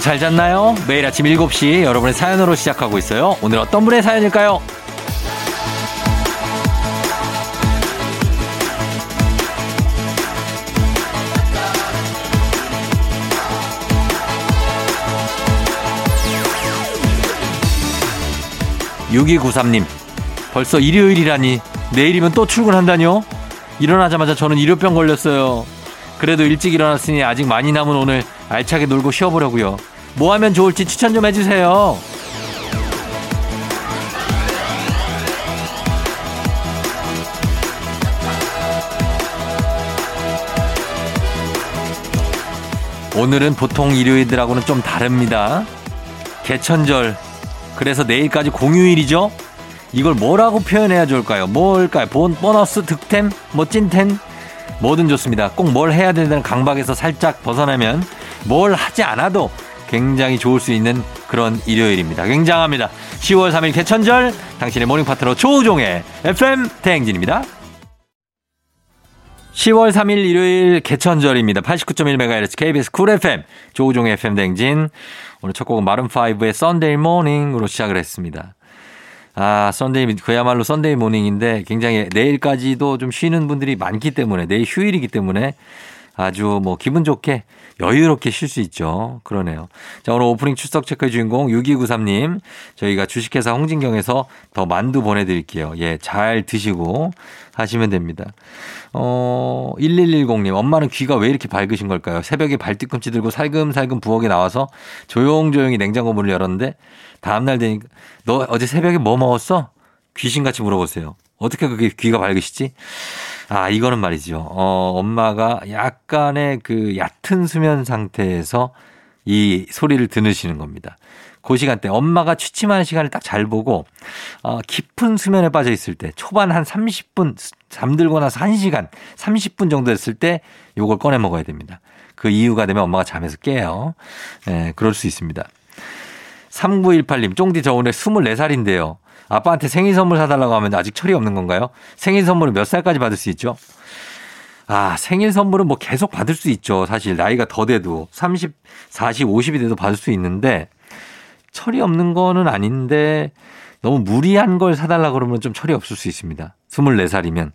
잘 잤나요? 매일 아침 7시 여러분의 사연으로 시작하고 있어요. 오늘 어떤 분의 사연일까요? 6293님, 벌써 일요일이라니, 내일이면 또 출근한다뇨? 일어나자마자 저는 일요병 걸렸어요. 그래도 일찍 일어났으니 아직 많이 남은 오늘 알차게 놀고 쉬어보려고요. 뭐 하면 좋을지 추천 좀 해주세요. 오늘은 보통 일요일들하고는 좀 다릅니다. 개천절. 그래서 내일까지 공휴일이죠? 이걸 뭐라고 표현해야 좋을까요? 뭘까요? 본, 보너스, 득템, 뭐 찐템? 뭐든 좋습니다. 꼭 뭘 해야 된다는 강박에서 살짝 벗어나면 뭘 하지 않아도 굉장히 좋을 수 있는 그런 일요일입니다. 굉장합니다. 10월 3일 개천절 당신의 모닝 파트너 조우종의 FM 대행진입니다. 10월 3일 일요일 개천절입니다. 89.1MHz KBS 쿨 FM 조우종의 FM 대행진 오늘 첫 곡은 마룬5의 썬데이 모닝으로 시작을 했습니다. 아, 썬데이, 그야말로 썬데이 모닝인데 굉장히 내일까지도 좀 쉬는 분들이 많기 때문에 내일 휴일이기 때문에 아주 뭐 기분 좋게 여유롭게 쉴 수 있죠. 그러네요. 자, 오늘 오프닝 출석 체크의 주인공 6293님. 저희가 주식회사 홍진경에서 더 만두 보내드릴게요. 예, 잘 드시고 하시면 됩니다. 어, 1110님. 엄마는 귀가 왜 이렇게 밝으신 걸까요? 새벽에 발뒤꿈치 들고 살금살금 부엌에 나와서 조용조용히 냉장고 문을 열었는데 다음날 되니까 너 어제 새벽에 뭐 먹었어? 귀신같이 물어보세요. 어떻게 그게 귀가 밝으시지? 아, 이거는 말이죠. 어, 엄마가 약간의 그 얕은 수면 상태에서 이 소리를 들으시는 겁니다. 그 시간대 엄마가 취침하는 시간을 딱 잘 보고 어, 깊은 수면에 빠져 있을 때 초반 한 30분 잠들고 나서 1시간 30분 정도 됐을 때 요걸 꺼내 먹어야 됩니다. 그 이유가 되면 엄마가 잠에서 깨요. 예, 네, 그럴 수 있습니다. 3918님, 쫑디 저 오늘 24살인데요. 아빠한테 생일 선물 사달라고 하면 아직 철이 없는 건가요? 생일 선물은 몇 살까지 받을 수 있죠? 아, 생일 선물은 뭐 계속 받을 수 있죠. 사실 나이가 더 돼도 30, 40, 50이 돼도 받을 수 있는데 철이 없는 거는 아닌데 너무 무리한 걸 사달라 그러면 좀 철이 없을 수 있습니다. 24살이면.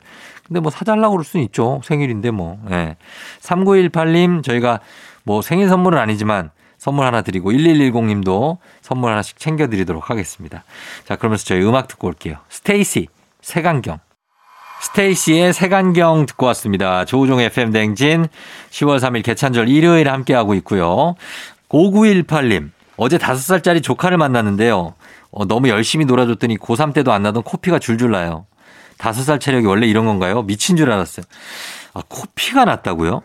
근데 뭐 사달라고 그럴 수는 있죠. 생일인데 뭐. 예. 네. 3918님 저희가 뭐 생일 선물은 아니지만 선물 하나 드리고 1110님도 선물 하나씩 챙겨드리도록 하겠습니다. 자 그러면서 저희 음악 듣고 올게요. 스테이시 세간경 스테이시의 세간경 듣고 왔습니다. 조우종 FM 댕진 10월 3일 개찬절 일요일 함께하고 있고요. 5918님 어제 5살짜리 조카를 만났는데요. 어, 너무 열심히 놀아줬더니 고3 때도 안 나던 코피가 줄줄 나요. 5살 체력이 원래 이런 건가요? 미친 줄 알았어요. 아, 코피가 났다고요?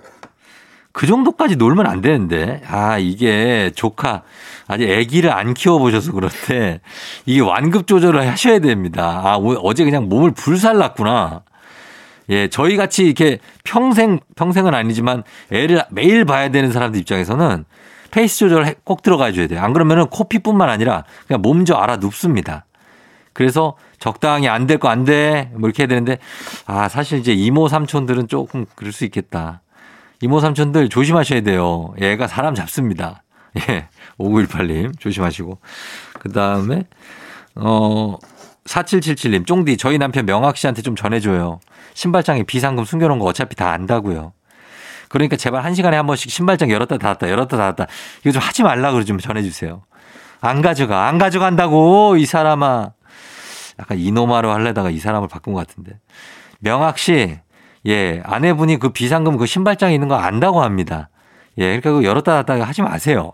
그 정도까지 놀면 안 되는데. 아, 이게 조카, 아직 아기를 안 키워보셔서 그런데 이게 완급 조절을 하셔야 됩니다. 아, 어제 그냥 몸을 불살랐구나. 예, 저희 같이 이렇게 평생, 평생은 아니지만 애를 매일 봐야 되는 사람들 입장에서는 페이스 조절 꼭 들어가줘야 돼요. 안 그러면은 코피뿐만 아니라 그냥 몸져 알아 눕습니다. 그래서 적당히 안 될 거 안 돼. 뭐 이렇게 해야 되는데, 아, 사실 이제 이모 삼촌들은 조금 그럴 수 있겠다. 이모 삼촌들 조심하셔야 돼요. 얘가 사람 잡습니다. 예. 5918님 조심하시고. 그다음에 어 4777님 쫑디 저희 남편 명학 씨한테 좀 전해 줘요. 신발장에 비상금 숨겨 놓은 거 어차피 다 안다고요. 그러니까 제발 한 시간에 한 번씩 신발장 열었다 닫았다 열었다 닫았다 이거 좀 하지 말라 그러좀 전해 주세요. 안 가져가 안 가져간다고 이 사람아. 약간 이노마로 할래다가 이 사람을 바꾼 것 같은데. 명학 씨 예, 아내분이 그 비상금 그 신발장에 있는 거 안다고 합니다. 예, 그러니까 그 열었다 닫았다 하지 마세요.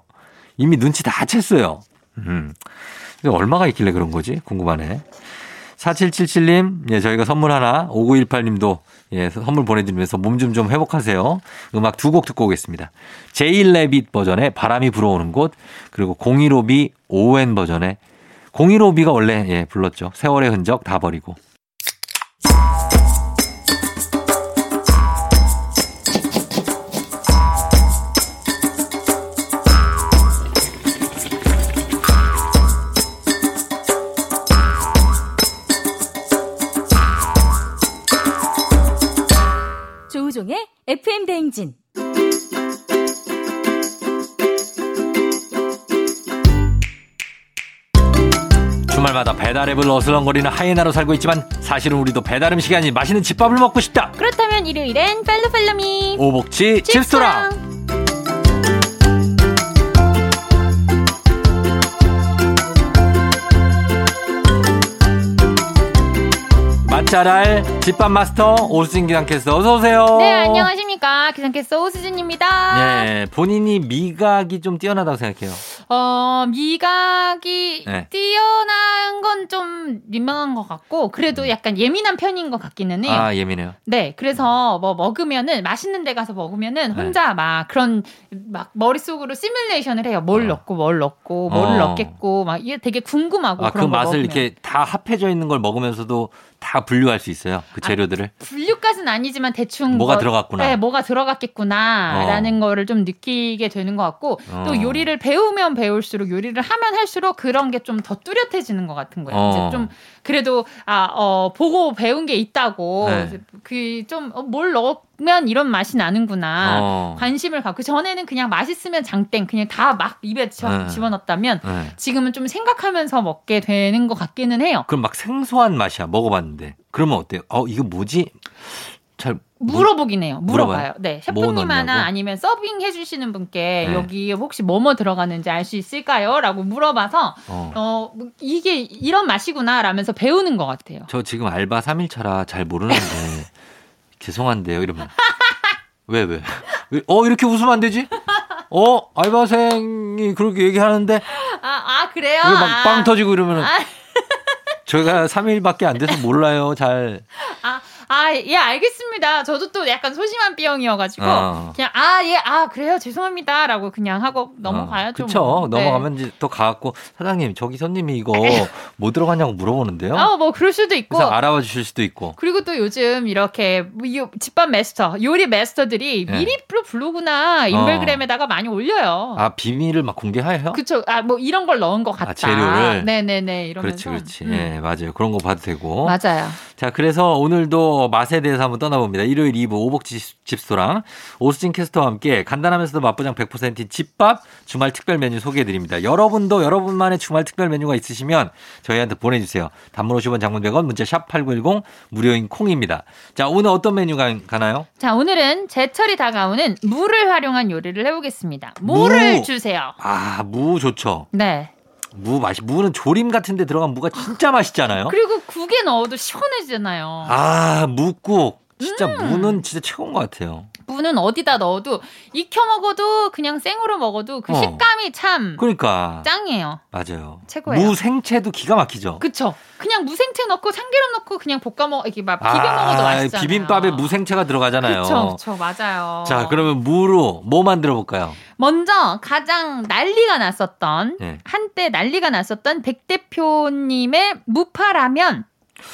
이미 눈치 다 챘어요. 음. 얼마가 있길래 그런 거지? 궁금하네. 4777님, 예, 저희가 선물 하나, 5918님도, 예, 선물 보내드리면서 몸 좀 좀 회복하세요. 음악 두 곡 듣고 오겠습니다. 제일레빗 버전의 바람이 불어오는 곳, 그리고 015B 오웬 버전의 015B가 원래, 예, 불렀죠. 세월의 흔적 다 버리고. 조우종의 FM 대행진. 주말마다 배달앱을 어슬렁거리는 하이에나로 살고 있지만 사실은 우리도 배달 음식이 아닌 맛있는 집밥을 먹고 싶다. 그렇다면 일요일엔 팔로팔로미 오복치 칩스토랑. 맛잘알 집밥 마스터 오수진 기상캐스터 어서 오세요. 네 안녕하십니까 기상캐스터 오수진입니다 예, 본인이 미각이 좀 뛰어나다고 생각해요. 어 미각이 네. 뛰어난 건 좀 민망한 것 같고 그래도 약간 예민한 편인 것 같기는 해요 음. 아 예민해요. 네, 그래서 뭐 먹으면은 맛있는 데 가서 먹으면은 네. 혼자 막 그런 막 머릿속으로 시뮬레이션을 해요. 뭘 어. 넣고 뭘 넣고 뭘 어. 넣겠고 막 이게 되게 궁금하고 아 그 어, 그런 거 맛을 먹으면. 이렇게 다 합해져 있는 걸 먹으면서도 다 분류할 수 있어요. 아, 그 재료들을. 분류까지는 아니지만 대충 뭐가 뭐- 들어갔구나. 네, 뭐가 들어갔겠구나라는 거를 좀 느끼게 되는 것 같고 어. 또 요리를 배우면 배울수록 요리를 하면 할수록 그런 게 좀 더 뚜렷해지는 것 같은 거예요. 어. 이제 좀 그래도 아 어, 보고 배운 게 있다고 네. 그좀뭘 넣으면 이런 맛이 나는구나. 어. 아, 관심을 갖고 그 전에는 그냥 맛있으면 장땡 그냥 다 막 입에 저- 네. 집어넣었다면 네. 지금은 좀 생각하면서 먹게 되는 것 같기는 해요. 그럼 막 생소한 맛이야 먹어봤는데 그러면 어때요? 어 이거 뭐지? 잘 물어보긴 해요. 물어봐요. 물어봐요? 네. 뭐 셰프님 하나 넣냐고? 아니면 서빙 해주시는 분께 네. 여기 혹시 뭐뭐 들어가는지 알 수 있을까요? 라고 물어봐서 어. 어, 뭐 이게 이런 맛이구나 라면서 배우는 것 같아요. 저 지금 알바 3일차라 잘 모르는데 죄송한데요 이러면 왜 왜? 왜? 어 이렇게 웃으면 안 되지? 어 알바생이 그렇게 얘기하는데 왜 아, 아 그래요? 아, 막빵 터지고 이러면은 아. 저희가 3일밖에 안 돼서 몰라요 잘 아, 아, 예, 알겠습니다. 저도 또 약간 소심한 B형이어가지고, 어. 그냥, 아, 예, 아, 그래요. 죄송합니다. 라고 그냥 하고 넘어가야죠. 어, 그쵸 뭐. 네. 넘어가면 이제 또 가갖고 사장님 저기 손님이 이거 뭐 들어갔냐고 물어보는데요. 아, 뭐, 그럴 수도 있고. 그래서 알아봐 주실 수도 있고. 그리고 또 요즘 이렇게 뭐 요- 집밥 마스터, 요리 마스터들이 네. 미리 로 블로그나 인별그램에다가 많이 올려요. 어. 아 비밀을 막 공개해요? 어. 그쵸. 아, 뭐 이런 걸 넣은 것 같다. 재료를? 네네네. 이러면서. 그렇지 그렇지. 음. 예 맞아요. 그런 거 봐도 되고. 맞아요. 자, 그래서 오늘도 맛에 대해서 한번 떠나봅니다. 일요일 2부 오복지 집소랑 오스진 캐스터와 함께 간단하면서도 맛보장 100%인 집밥 주말 특별 메뉴 소개해드립니다. 여러분도 여러분만의 주말 특별 메뉴가 있으시면 저희한테 보내주세요. 단문 50원 장문 100원 문자 샵 8910 무료인 콩입니다. 자, 오늘 어떤 메뉴가 가나요? 자, 오늘은 제철이 다가오는 무를 활용한 요리를 해보겠습니다. 무를 무! 주세요. 아, 무 좋죠. 네. 무 맛이, 무는 조림 같은 데 들어간 무가 진짜 맛있잖아요. 그리고 국에 넣어도 시원해지잖아요. 어? 아, 무국. 진짜 음. 무는 진짜 최고인 것 같아요. 무는 어디다 넣어도 익혀 먹어도 그냥 생으로 먹어도 그 어. 식감이 참 그러니까. 짱이에요. 맞아요. 최고예요. 무 생채도 기가 막히죠. 그쵸? 그냥 무생채 넣고 참기름 넣고 그냥 볶아 먹 이렇게 막 비벼 아, 먹어도 맛있잖아요. 비빔밥에 무생채가 들어가잖아요. 그쵸, 그쵸, 맞아요. 자, 그러면 무로 뭐 만들어 볼까요? 먼저 가장 난리가 났었던 네. 한때 난리가 났었던 백 대표님의 무파라면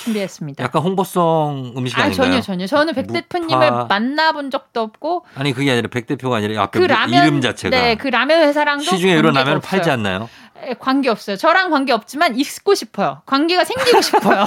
준비했습니다. 약간 홍보성 음식 아 아닌가요? 전혀 전혀 저는 백 무파. 대표님을 만나본 적도 없고 아니 그게 아니라 백 대표가 아니라 그 아까 무- 라면 이름 자체가 네그 라면 회사랑도 시중에 이런 관계가 라면을 없어요. 팔지 않나요? 에, 관계 없어요. 저랑 관계 없지만 익고 싶어요. 관계가 생기고 싶어요.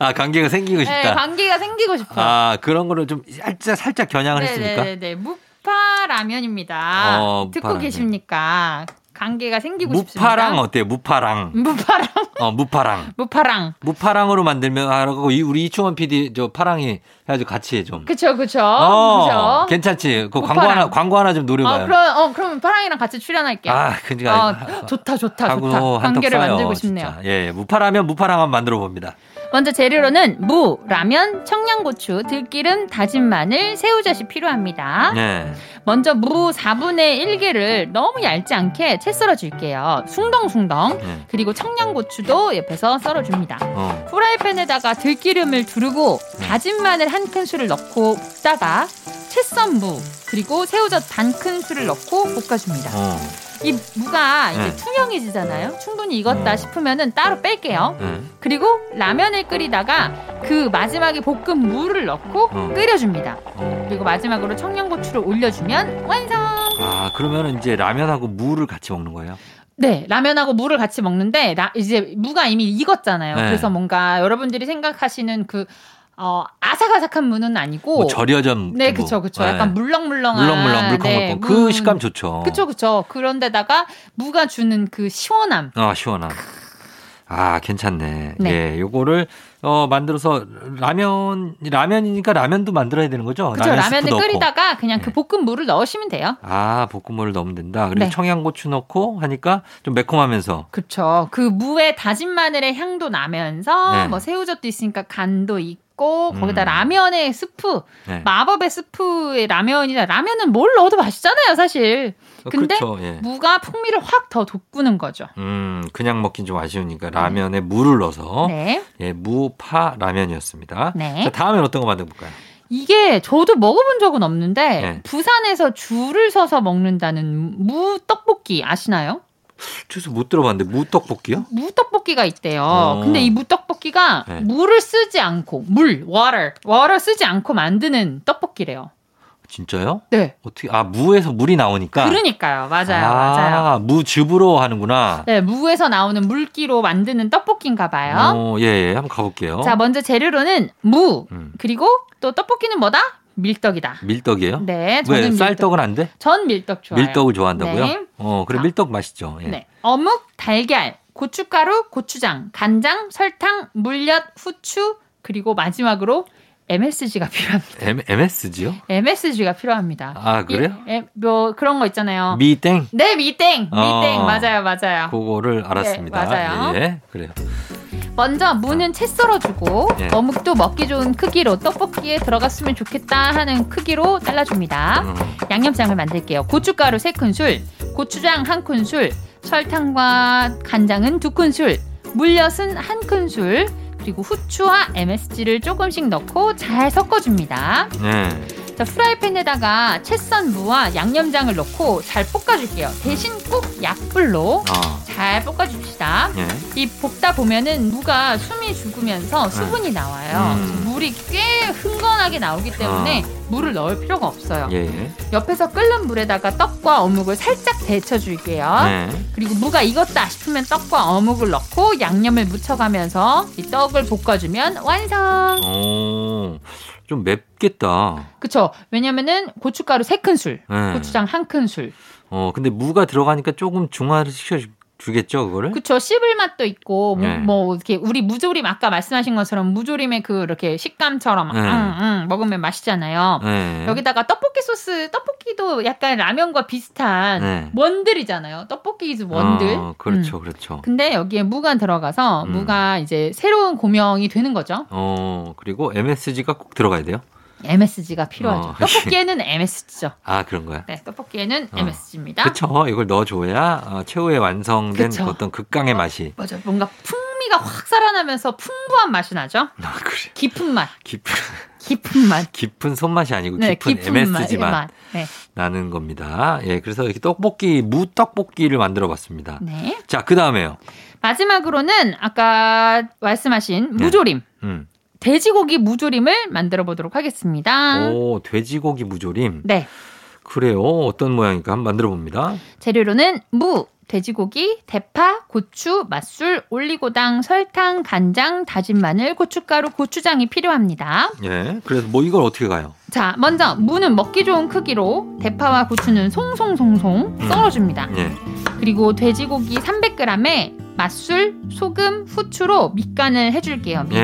아 관계가 생기고 네, 싶다. 관계가 생기고 싶어요. 아 그런 거를 좀 살짝 살짝 겨냥을 했습니까? 네네네. 무파 라면입니다. 어, 듣고 무파라면. 계십니까? 관계가 생기고 무파랑 싶습니다. 어때요? 무파랑. 무파랑 어 무파랑. 무파랑. 무파랑으로 만들면 하라고 이- 우리 이충원 PD 저 파랑이 해가지고 같이 해 좀. 그쵸 그쵸. 어, 그쵸. 괜찮지. 그 광고 무파랑. 하나 광고 하나 좀 노려봐요. 어, 그럼 어 그럼 파랑이랑 같이 출연할게요. 아, 그니까 어, 좋다 좋다 하고 좋다. 한턱 관계를 써요, 만들고 싶네요. 진짜. 예, 무파라면 무파랑한 만들어 봅니다. 먼저 재료로는 무, 라면, 청양고추, 들기름, 다진 마늘, 새우젓이 필요합니다. 예. 먼저 무 4분의 1개를 너무 얇지 않게 채 썰어줄게요. 숭덩숭덩. 예. 그리고 청양고추도 옆에서 썰어줍니다. 어. 후라이팬에다가 들기름을 두르고 다진 마늘 한 큰술을 넣고 볶다가 채썬 무 그리고 새우젓 반 큰술을 넣고 볶아줍니다. 어. 이 무가 이제 네. 어. 투명해지잖아요. 충분히 익었다 싶으면은 따로 뺄게요. 예. 그리고 라면을 끓이다가 그 마지막에 볶은 무를 넣고 어. 끓여줍니다. 어. 그리고 마지막으로 청양고추를 올려주면 완성. 아, 그러면 이제 라면하고 무를 같이 먹는 거예요? 네, 라면하고 무를 같이 먹는데 라- 이제 무가 이미 익었잖아요. 네. 그래서 뭔가 여러분들이 생각하시는 그 어, 아삭아삭한 무는 아니고 뭐 절여전. 네, 뭐. 그쵸, 그쵸. 예. 약간 물렁물렁한 물렁물렁 네, 물컹물컹. 무는- 그 식감 좋죠. 그쵸, 그쵸. 그런데다가 무가 주는 그 시원함. 아, 시원함. 아, 괜찮네. 네. 예, 요거를 어 만들어서 라면 라면이니까 라면도 만들어야 되는 거죠? 그죠 라면을 스프 넣고. 끓이다가 그냥 네. 그 볶은 물을 넣으시면 돼요. 아, 볶음물을 넣으면 된다. 그리고 네. 청양고추 넣고 하니까 좀 매콤하면서 그쵸. 그 무에 다진 마늘의 향도 나면서 네. 뭐 새우젓도 있으니까 간도 있고 음. 거기다 라면의 스프 네. 마법의 스프의 라면이다. 라면은 뭘 넣어도 맛있잖아요, 사실. 근데 그렇죠. 예. 무가 풍미를 확 더 돋구는 거죠. 음, 그냥 먹긴 좀 아쉬우니까 라면에 무를 넣어서 네. 예, 무파 라면이었습니다. 네. 자, 다음엔 어떤 거 만들어 볼까요? 이게 저도 먹어본 적은 없는데 네. 부산에서 줄을 서서 먹는다는 무 떡볶이 아시나요? 주스 못 들어봤는데 무 떡볶이요? 무 떡볶이가 있대요. 어. 근데 이 무 떡볶이가 네. 물을 쓰지 않고 물, water, water 쓰지 않고 만드는 떡볶이래요. 진짜요? 네. 어떻게 아, 무에서 물이 나오니까 그러니까요. 맞아요. 아, 맞아요. 무즙으로 하는구나. 네, 무에서 나오는 물기로 만드는 떡볶이인가 봐요. 어, 예, 예. 한번 가볼게요. 자, 뭐 먼저 재료로는 무, 음, 그리고 또 떡볶이는 뭐다? 밀떡이다. 밀떡이에요? 네, 저는 왜 쌀떡은 안 돼? 전 밀떡 좋아해요. 밀떡을 좋아한다고요? 네. 어, 그래 아. 밀떡 맛있죠. 예. 네. 어묵, 달걀, 고춧가루, 고추장, 간장, 설탕, 물엿, 후추, 그리고 마지막으로 MSG가 필요합니다. M, 네. MSG요? MSG가 필요합니다. 아, 그래요? 예, 예, 뭐 그런 거 있잖아요. 미땡 네, 미땡. 미땡. 어. 맞아요, 맞아요. 그거를 알았습니다. 네, 맞아요. 예, 예. 그래요. 먼저 무는 채 썰어주고 예. 어묵도 먹기 좋은 크기로 떡볶이에 들어갔으면 좋겠다 하는 크기로 잘라줍니다. 음. 양념장을 만들게요. 고춧가루 3큰술, 고추장 1큰술, 설탕과 간장은 2큰술, 물엿은 1큰술, 그리고 후추와 MSG를 조금씩 넣고 잘 섞어줍니다. 예. 자, 프라이팬에다가 채썬 무와 양념장을 넣고 잘 볶아줄게요. 대신 꼭 약불로 아. 잘 볶아줍시다. 예. 이 볶다 보면은 무가 숨이 죽으면서 수분이 나와요. 음. 물이 꽤 흥건하게 나오기 때문에 물을 넣을 필요가 없어요. 예. 예. 옆에서 끓는 물에다가 떡과 어묵을 살짝 데쳐줄게요. 네. 그리고 무가 익었다 싶으면 떡과 어묵을 넣고 양념을 묻혀가면서 이 떡을 볶아주면 완성. 오. 어, 좀 맵겠다. 그쵸? 왜냐면은 고춧가루 3큰술, 예. 고추장 1큰술. 어, 근데 무가 들어가니까 조금 중화를 시켜 주겠죠, 그거를? 그쵸? 씹을 맛도 있고 뭐, 네. 뭐 이렇게 우리 무조림 아까 말씀하신 것처럼 무조림의 그 이렇게 식감처럼 네. 응, 응, 먹으면 맛있잖아요. 예. 여기다가 떡볶이 소스, 떡볶이도 약간 라면과 비슷한 네. 원들이잖아요. 떡볶이 이즈 원들. 음. 어, 그렇죠, 그렇죠. 근데 여기에 무가 들어가서 음. 무가 이제 새로운 고명이 되는 거죠. 어, 그리고 MSG가 꼭 들어가야 돼요? MSG가 필요하죠. 어. 떡볶이에는 MSG죠. 아, 그런 거야. 네, 떡볶이에는 어. MSG입니다. 그쵸. 이걸 넣어줘야 어, 최후의 완성된 그쵸. 그 어떤 극강의 맛이. 맞아. 뭔가 풍미가 확 살아나면서 풍부한 맛이 나죠. 아, 그래. 깊은 맛, 깊은, 깊은 맛. 깊은 손맛이 아니고 네, 그 깊은, 깊은 MSG 맛, 맛, 네. 나는 겁니다. 예, 그래서 이렇게 떡볶이, 무떡볶이를 만들어 봤습니다. 네. 자, 그 다음에요. 마지막으로는 아까 말씀하신 네. 무조림. 음. 돼지고기 무조림을 만들어 보도록 하겠습니다. 오, 돼지고기 무조림. 네. 그래요. 어떤 모양일까? 한번 만들어 봅니다. 재료로는 무, 돼지고기, 대파, 고추, 맛술, 올리고당, 설탕, 간장, 다진 마늘, 고춧가루, 고추장이 필요합니다. 예. 그래서 뭐 이걸 어떻게 가요? 자, 먼저 무는 먹기 좋은 크기로 대파와 고추는 송송송송 음. 썰어줍니다. 예. 그리고 돼지고기 300g에 맛술, 소금, 후추로 밑간을 해줄게요. 미리.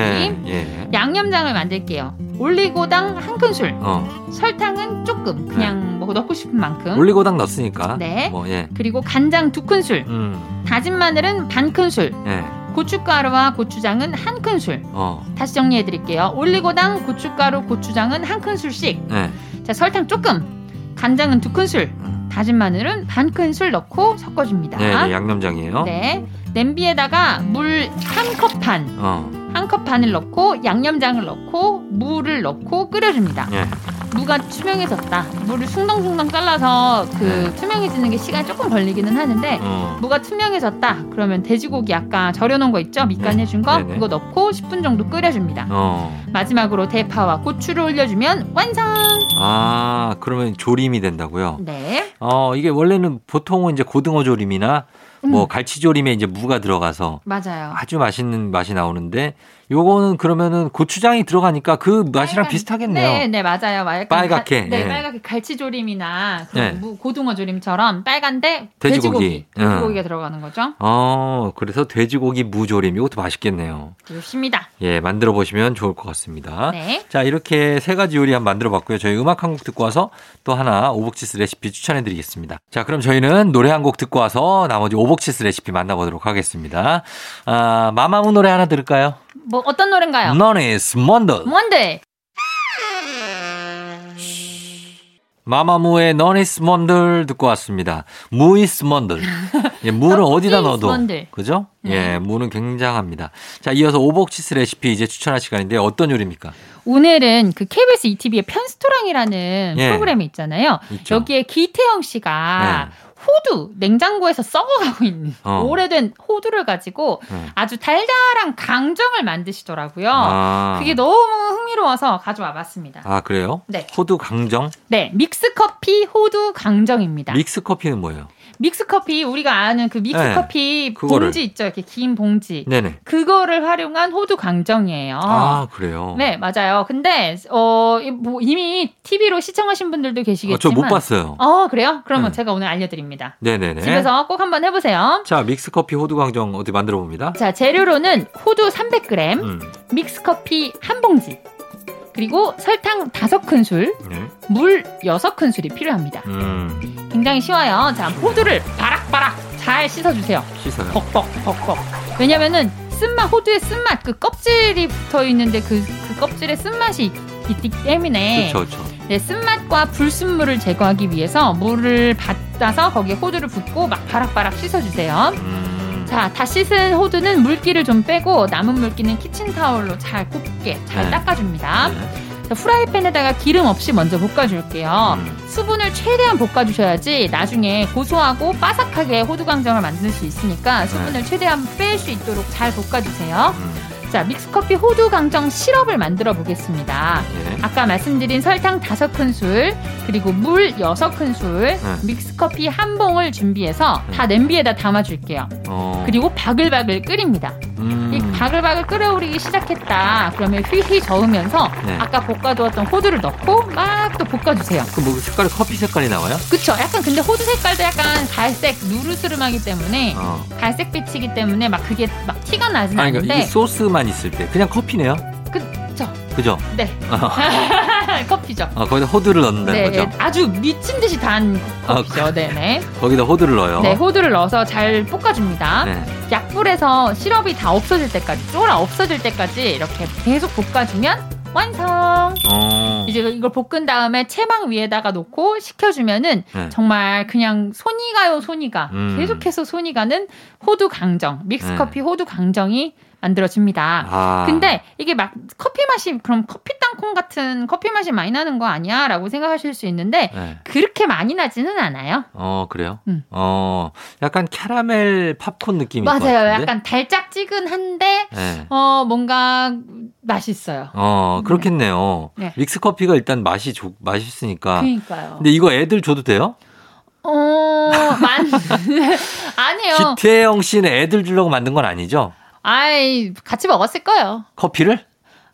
예. 예. 양념장을 만들게요. 올리고당 한 큰술, 어. 설탕은 조금, 그냥 뭐 넣고 싶은 만큼. 네. 올리고당 넣었으니까. 네. 뭐, 예. 그리고 간장 두 큰술, 음. 다진 마늘은 반 큰술, 예. 고춧가루와 고추장은 한 큰술. 어. 다시 정리해 드릴게요. 올리고당, 고춧가루, 고추장은 한 큰술씩. 예. 자, 설탕 조금. 간장은 두 큰술. 음. 다진 마늘은 반 큰술 넣고 섞어줍니다. 예, 예, 양념장이에요. 네. 냄비에다가 물 한 컵 반, 어. 한 컵 반을 넣고 양념장을 넣고 물을 넣고 끓여줍니다. 예. 무가 투명해졌다. 물을 숭덩숭덩 잘라서 그 네. 투명해지는 게 시간 조금 걸리기는 하는데 어. 무가 투명해졌다. 그러면 돼지고기 아까 절여놓은 거 있죠? 밑간 네. 해준 거 네네. 그거 넣고 10분 정도 끓여줍니다. 어. 마지막으로 대파와 고추를 올려주면 완성. 아, 그러면 조림이 된다고요? 네. 어, 이게 원래는 보통은 이제 고등어 조림이나 음, 뭐 갈치 조림에 이제 무가 들어가서 맞아요. 아주 맛있는 맛이 나오는데 요거는 그러면은 고추장이 들어가니까 그 맛이랑 빨간- 비슷하겠네요. 네, 네 맞아요. 약간 빨갛게, 가- 네, 예. 빨갛게 갈치조림이나 그 예. 무- 고등어조림처럼 빨간데 돼지고기. 돼지고기, 응. 돼지고기. 가 들어가는 거죠. 어, 그래서 돼지고기 무조림 이것도 맛있겠네요. 좋습니다. 예, 만들어 보시면 좋을 것 같습니다. 네, 자, 이렇게 세 가지 요리 한번 만들어 봤고요. 저희 음악 한 곡 듣고 와서 또 하나 오복치스 레시피 추천해 드리겠습니다. 자, 그럼 저희는 노래 한 곡 듣고 와서 나머지 오복치스 레시피 만나보도록 하겠습니다. 아, 마마무 노래 하나 들을까요? 뭐 어떤 노래인가요? 음. 너네스 먼더. 뭔데? 마마무의 너니스 먼들 듣고 왔습니다. 무이스 먼들. 예, 무는 어디다 너니스 넣어도. 먼들. 그죠? 네. 예, 무는 굉장합니다. 자, 이어서 오복치스 레시피 이제 추천할 시간인데 어떤 요리입니까? 오늘은 그 KBS ETV의 편스토랑이라는 예. 프로그램이 있잖아요. 있죠. 여기에 기태영 씨가 그렇죠. 네. 호두 냉장고에서 썩어가고 있는 어. 오래된 호두를 가지고 네. 아주 달달한 강정을 만드시더라고요. 아. 그게 너무 흥미로워서 가져와 봤습니다. 아, 그래요? 네. 호두 강정? 네, 믹스커피 호두 강정입니다. 믹스 커피는 뭐예요? 믹스커피 우리가 아는 그 믹스커피 네. 그거를. 봉지 있죠. 이렇게 긴 봉지. 네네. 그거를 활용한 호두 강정이에요. 아, 그래요? 어. 네, 맞아요. 근데 어, 이뭐 이미 TV로 시청하신 분들도 계시겠지만 어, 아, 저 못 봤어요. 어, 그래요? 그러면 네. 제가 오늘 알려 드립니다. 네네네. 집에서 꼭 한번 해 보세요. 자, 믹스 커피 호두 강정 어떻게 만들어 봅니다. 자, 재료로는 호두 300g, 음. 믹스커피 한 봉지, 그리고 설탕 5큰술, 네. 물 6큰술이 필요합니다. 음. 굉장히 쉬워요. 자, 호두를 바락바락 잘 씻어주세요. 씻어요. 벅벅, 벅벅. 왜냐면은 쓴맛, 호두의 쓴맛, 그 껍질이 붙어 있는데 그, 그 껍질에 쓴맛이 있기 때문에 그렇죠, 그렇죠. 네, 쓴맛과 불순물을 제거하기 위해서 물을 받아서 거기에 호두를 붓고 막 바락바락 씻어주세요. 음. 자, 다 씻은 호두는 물기를 좀 빼고 남은 물기는 키친타올로 잘 곱게 잘 네. 닦아줍니다. 네. 자, 프라이팬에다가 기름 없이 먼저 볶아줄게요. 음. 수분을 최대한 볶아주셔야지 나중에 고소하고 바삭하게 호두강정을 만들 수 네. 있으니까 수분을 최대한 뺄 수 있도록 잘 볶아주세요. 음. 자, 믹스커피 호두강정 시럽을 만들어 보겠습니다. 예. 아까 말씀드린 설탕 5큰술, 그리고 물 6큰술, 네. 믹스커피 한 봉을 준비해서 다 냄비에다 담아줄게요. 어. 그리고 바글바글 끓입니다. 음. 이 바글바글 끓여오르기 시작했다. 그러면 휘휘 저으면서 네. 아까 볶아두었던 호두를 넣고 막 또 볶아주세요. 그뭐 색깔이 커피 색깔이 나와요? 그쵸? 약간 근데 호두 색깔도 약간 갈색 누르스름하기 때문에 어. 갈색빛이기 때문에 막 그게 막 티가 나진 아니 그러니까 이 않는데 소스만 있을 때 그냥 커피네요. 그쵸? 그죠? 네 커피죠. 아, 거기다 호두를 넣는다는 네, 거죠? 아주 미친 듯이 단 아, 커피죠. 네네. 거기다 호두를 넣어요. 네, 호두를 넣어서 잘 볶아줍니다. 네. 약불에서 시럽이 다 없어질 때까지, 쫄아 없어질 때까지 이렇게 계속 볶아주면 완성! 어. 이제 이걸 볶은 다음에 채망 위에다가 놓고 식혀주면은 네. 정말 그냥 손이 가요, 손이 가. 음. 네. 계속해서 손이 가는 호두 강정, 믹스커피 호두 강정이 만들어집니다. 아. 근데 이게 막 커피 맛이 그럼 커피 땅콩 같은 커피 맛이 많이 나는 거 아니야? 라고 생각하실 수 있는데 네. 그렇게 많이 나지는 않아요. 어, 그래요? 음. 어. 약간 캐러멜 팝콘 느낌이 맞아요. 약간 달짝지근한데 네. 어 뭔가 맛있어요. 어, 그렇겠네요. 네. 믹스 커피가 일단 맛이 좋 맛있으니까. 그러니까요. 아. 근데 이거 애들 줘도 돼요? 어, 만 아니에요. 기태영 씨는 애들 주려고 만든 건 아니죠? 아이 같이 먹었을 거예요. 커피를?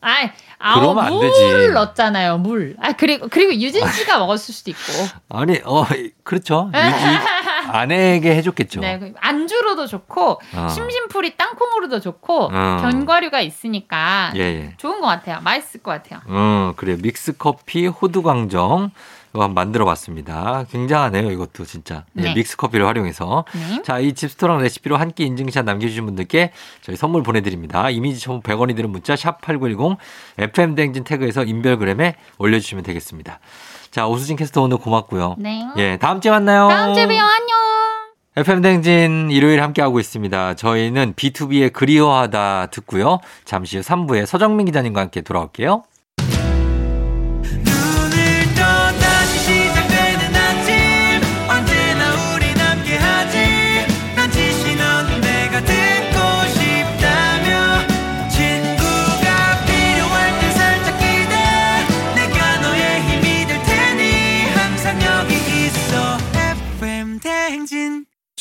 아이 아 그러면 안 되지. 물을 넣었잖아요. 물. 아 그리고 그리고 유진 씨가 먹었을 수도 있고. 아니, 어, 그렇죠. 유지 아내에게 해줬겠죠. 예. 네. 그 안주로도 좋고 어. 심심풀이 땅콩으로도 좋고 어. 견과류가 있으니까 예, 예. 좋은 것 같아요. 맛있을 것 같아요. 음, 그래요. 믹스커피 호두광정. 이거 한번 만들어 봤습니다. 굉장하네요, 이것도 진짜. 예, 네. 믹스커피를 활용해서. 네. 자, 이 집스토랑 레시피로 한 끼 인증샷 남겨주신 분들께 저희 선물 보내드립니다. 이미지 첨부 100원이 드는 문자 샵8910 FM대행진 태그에서 인별그램에 올려주시면 되겠습니다. 자, 오수진 캐스터 오늘 고맙고요. 네. 예, 다음 주에 만나요. 다음 주에 봬요. 안녕. FM댕진 일요일 함께하고 있습니다. 저희는 B2B의 그리워하다 듣고요. 잠시 후 3부에 서정민 기자님과 함께 돌아올게요. 눈을 떠 다시 시작되는 아침 언제나 우리 함께하지 난 지시 넌 내가 듣고 싶다며 친구가 필요할 때 살짝 기대 내가 너의 힘이 될 테니 항상 여기 있어 FM 대행진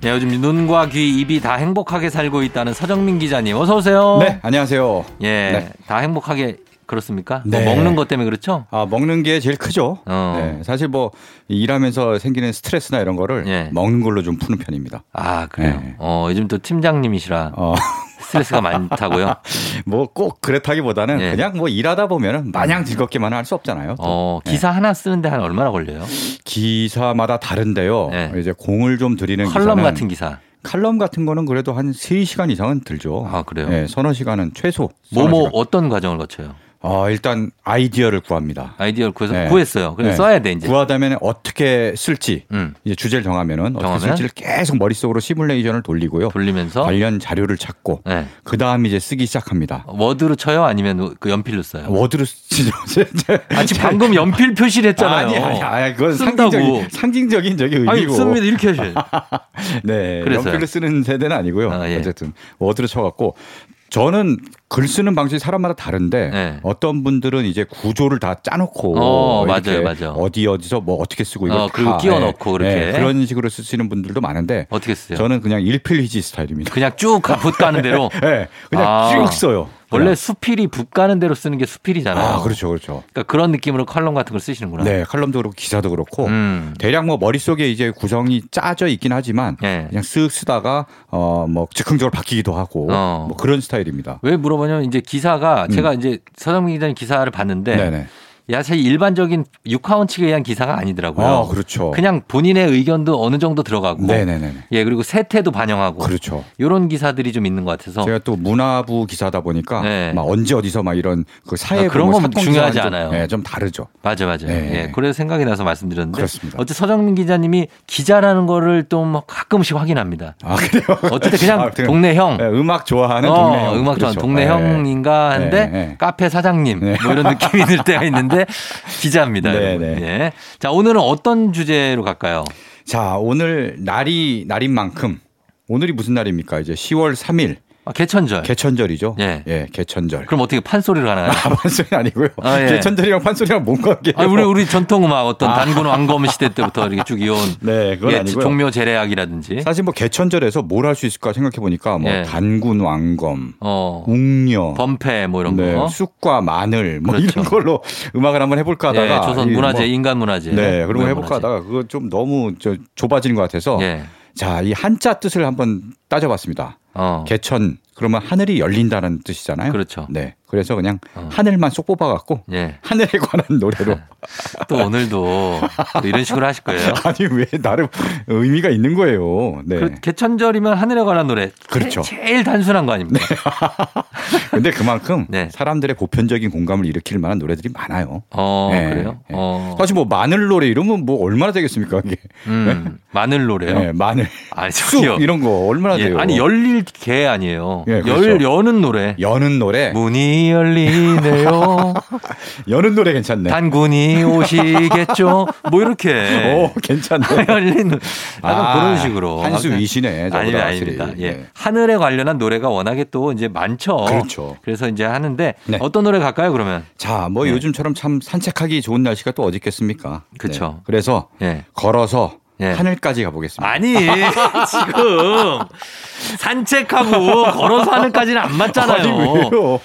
네, 요즘 눈과 귀, 입이 다 행복하게 살고 있다는 서정민 기자님, 어서 오세요. 네, 안녕하세요. 예, 네. 다 행복하게 그렇습니까? 뭐 네. 먹는 것 때문에 그렇죠? 아, 먹는 게 제일 크죠. 어. 네, 사실 뭐 일하면서 생기는 스트레스나 이런 거를 예. 먹는 걸로 좀 푸는 편입니다. 아 그래요. 네. 어 요즘 또 팀장님이시라 어, 스트레스가 많다고요. 뭐 꼭 그렇다기보다는 예. 그냥 뭐 일하다 보면은 마냥 즐겁게만 할 수 없잖아요. 또. 어 기사 하나 쓰는데 한 얼마나 걸려요? 기사마다 다른데요. 어, 예. 이제 공을 좀 드리는 컬럼 기사는 같은 기사. 칼럼 같은 거는 그래도 한 3시간 이상은 들죠. 아, 그래요? 네, 서너 시간은 최소. 서너 뭐뭐 시간. 어떤 과정을 거쳐요? 아, 일단 아이디어를 구합니다. 아이디어를 구해서 네. 구했어요. 그래 네. 써야 돼 이제. 구하다면 어떻게 쓸지 음. 이제 주제를 정하면은 정하면? 어떻게 쓸지를 계속 머릿속으로 시뮬레이션을 돌리고요. 돌리면서 관련 자료를 찾고 네. 어. 그다음 이제 쓰기 시작합니다. 워드로 쳐요 아니면 그 연필로 써요? 워드로 쓰죠. 아 지금 방금 연필 표시를 했잖아요. 아니 아니 아니 그건 쓴다고. 상징적인 상징적인 저기 의미고. 아니, 씁니다 이렇게 하셔요. 네. 그래서요? 연필로 쓰는 세대는 아니고요. 아, 예. 어쨌든 워드로 쳐갖고 저는 글 쓰는 방식이 사람마다 다른데 네. 어떤 분들은 이제 구조를 다 짜놓고 어, 이렇게 맞아요, 맞아요. 어디 어디서 뭐 어떻게 쓰고 이걸 어, 그리고 다, 끼워 예, 넣고 그렇게. 예, 그런 식으로 쓰시는 분들도 많은데 어떻게 쓰세요? 저는 그냥 일필휘지 스타일입니다. 그냥 쭉 붓 가는 대로. 예, 그냥 아, 쭉 써요. 원래 그냥. 수필이 붓 가는 대로 쓰는 게 수필이잖아요. 아 그렇죠 그렇죠. 그러니까 그런 느낌으로 컬럼 같은 걸 쓰시는구나. 네 칼럼도 그렇고 기사도 그렇고 음. 대략 뭐 머릿속에 이제 구성이 짜져 있긴 하지만 예. 그냥 쓱 쓰다가 어 뭐 즉흥적으로 바뀌기도 하고 어. 뭐 그런 스타일입니다. 왜 물어보냐면 이제 기사가 제가 이제 서정민 기자님 기사를 봤는데 음. 네네. 야, 사실 일반적인 육하원 측에 의한 기사가 아니더라고요. 아, 그렇죠. 냥 본인의 의견도 어느 정도 들어가고 네네네. 예, 그리고 세태도 반영하고 그렇죠. 요런 기사들이 좀 있는 것 같아서 제가 또 문화부 기사다 보니까 어. 네. 막 언제 어디서 막 이런 그 사회 아, 그런 보고 건 사건 중요하지 기사는 않아요. 좀, 네, 좀 다르죠. 맞아 맞아. 네. 예. 그래서 생각이 나서 말씀드렸는데 그렇습니다. 어째 서정민 기자님이 기자라는 거를 좀 가끔씩 확인합니다. 아 그래요. 어쨌든 그냥 아, 그냥, 동네 형 네, 음악 좋아하는 어, 동네 형. 음악 좋아하는 그렇죠. 동네 네. 형인가 한데 네, 네. 카페 사장님 네. 뭐 이런 느낌이 들 때가 있는데 기자입니다. 네, 여러분. 네. 예. 자 오늘은 어떤 주제로 갈까요? 자 오늘 날이 날인 만큼 오늘이 무슨 날입니까? 이제 10월 3일 아, 개천절. 개천절이죠. 예. 예 개천절. 그럼 어떻게 판소리를 하나요? 아, 판소리 아니고요. 아, 예. 개천절이랑 판소리랑 뭔 관계예요? 아, 우리 우리 전통 음악 어떤 단군 왕검 시대 때부터 이렇게 쭉 이어온 아. 네, 그건 예, 아니고요. 종묘 재래악이라든지 사실 뭐 개천절에서 뭘 할 수 있을까 생각해 보니까 뭐 예. 단군 왕검, 어 웅녀, 네, 범패 뭐 이런 거. 쑥과 마늘 뭐 그렇죠. 이런 걸로 음악을 한번 해볼까 예, 하다가 조선 이 문화재, 뭐- 인간 문화재. 네, 그런 거 문화 해볼까 문화재. 하다가 그거 좀 너무 저 좁아지는 것 같아서 예. 자 이 한자 뜻을 한번 따져봤습니다. 어. 개천 그러면 하늘이 열린다는 뜻이잖아요. 그렇죠. 네, 그래서 그냥 어. 하늘만 쏙 뽑아갖고 예. 하늘에 관한 노래로 또 오늘도 또 이런 식으로 하실 거예요. 아니 왜 나름 의미가 있는 거예요. 네. 그 개천절이면 하늘에 관한 노래. 그렇죠. 네. 제, 제일 단순한 거 아닙니까? 근데 그만큼 네. 사람들의 보편적인 공감을 일으킬 만한 노래들이 많아요. 어, 예, 그래요? 예. 어. 사실 뭐 마늘 노래 이러면 뭐 얼마나 되겠습니까 이게. 음, 마늘 노래요? 네, 마늘, 아니, 쑥 저기요. 이런 거 얼마나 예, 돼요? 아니, 열릴 개 아니에요. 예, 열, 그렇죠. 예. 여는 노래. 여는 노래, 뭐- 문이 열리네요. 여는 노래 괜찮네. 단군이 오시겠죠. 뭐 이렇게. 오, 괜찮네. 열린 노래. 약간 아, 그런 식으로. 한수 아까- 위시네. 저보다 아니, 확실히. 아닙니다. 예. 네. 하늘에 관련한 노래가 워낙에 또 이제 많죠. 그렇죠. 래서 이제 하는데 네. 어떤 노래 갈까요, 그러면? 자, 뭐 네. 요즘처럼 참 산책하기 좋은 날씨가 또 어디 있겠습니까? 그쵸. 네. 그래서 예. 걸어서 예. 하늘까지 가보겠습니다. 아니 지금 산책하고 걸어서 하늘까지는 안 아니, 맞잖아요. 왜요?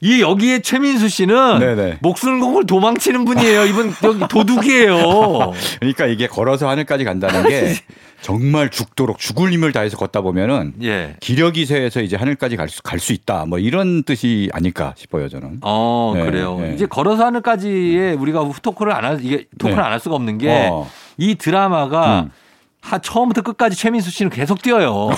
이 여기에 최민수 씨는 네네. 목숨 공을 도망치는 분이에요. 이분 여기 도둑이에요. 그러니까 이게 걸어서 하늘까지 간다는 아, 게 네. 정말 죽도록 죽을 힘을 다해서 걷다 보면은 예. 기력이세에서 이제 하늘까지 갈 수 갈 수 있다. 뭐 이런 뜻이 아닐까 싶어요 저는. 어 네, 그래요. 네. 이제 걸어서 하늘까지에 우리가 후토크를 안 할 이게 토크를 네. 안 할 수가 없는 게 이 어. 드라마가 음. 하, 처음부터 끝까지 최민수 씨는 계속 뛰어요.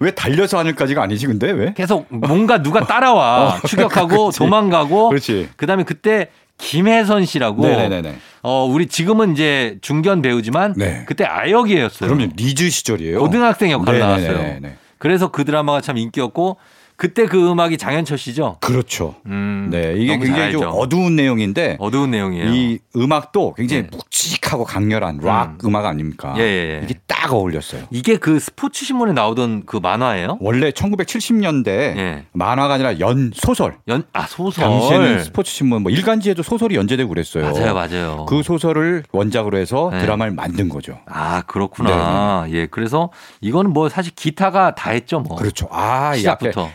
왜 달려서 하늘까지가 아니지 근데 왜? 계속 뭔가 누가 따라와 추격하고 도망가고 어, 그렇지. 그다음에 그때 김혜선 씨라고 네네네네. 어, 우리 지금은 이제 중견 배우지만 네. 그때 아역이었어요. 그럼요 리즈 시절이에요. 고등학생 음. 역할 나왔어요. 네네네네. 그래서 그 드라마가 참 인기였고 그때 그 음악이 장현철 씨죠. 그렇죠. 음, 네 이게 너무 굉장히 잘 좀 알죠. 어두운 내용인데 어두운 내용이에요. 이 음악도 굉장히 네. 락하고 강렬한 락 음. 악 아닙니까? 예, 예, 예. 이게 딱 어울렸어요. 이게 그 스포츠 신문에 나오던 그 만화예요? 원래 1970년대 예. 만화가 아니라 연 소설. 연, 아, 소설. 당시에는 스포츠 신문 뭐 일간지에도 소설이 연재되고 그랬어요. 맞아요, 맞아요. 그 소설을 원작으로 해서 네. 드라마를 만든 거죠. 아, 그렇구나. 예, 그래서 이거는 뭐 사실 기타가 다 했죠, 뭐. 네, 그렇죠. 아, 이 앞에 시작부터.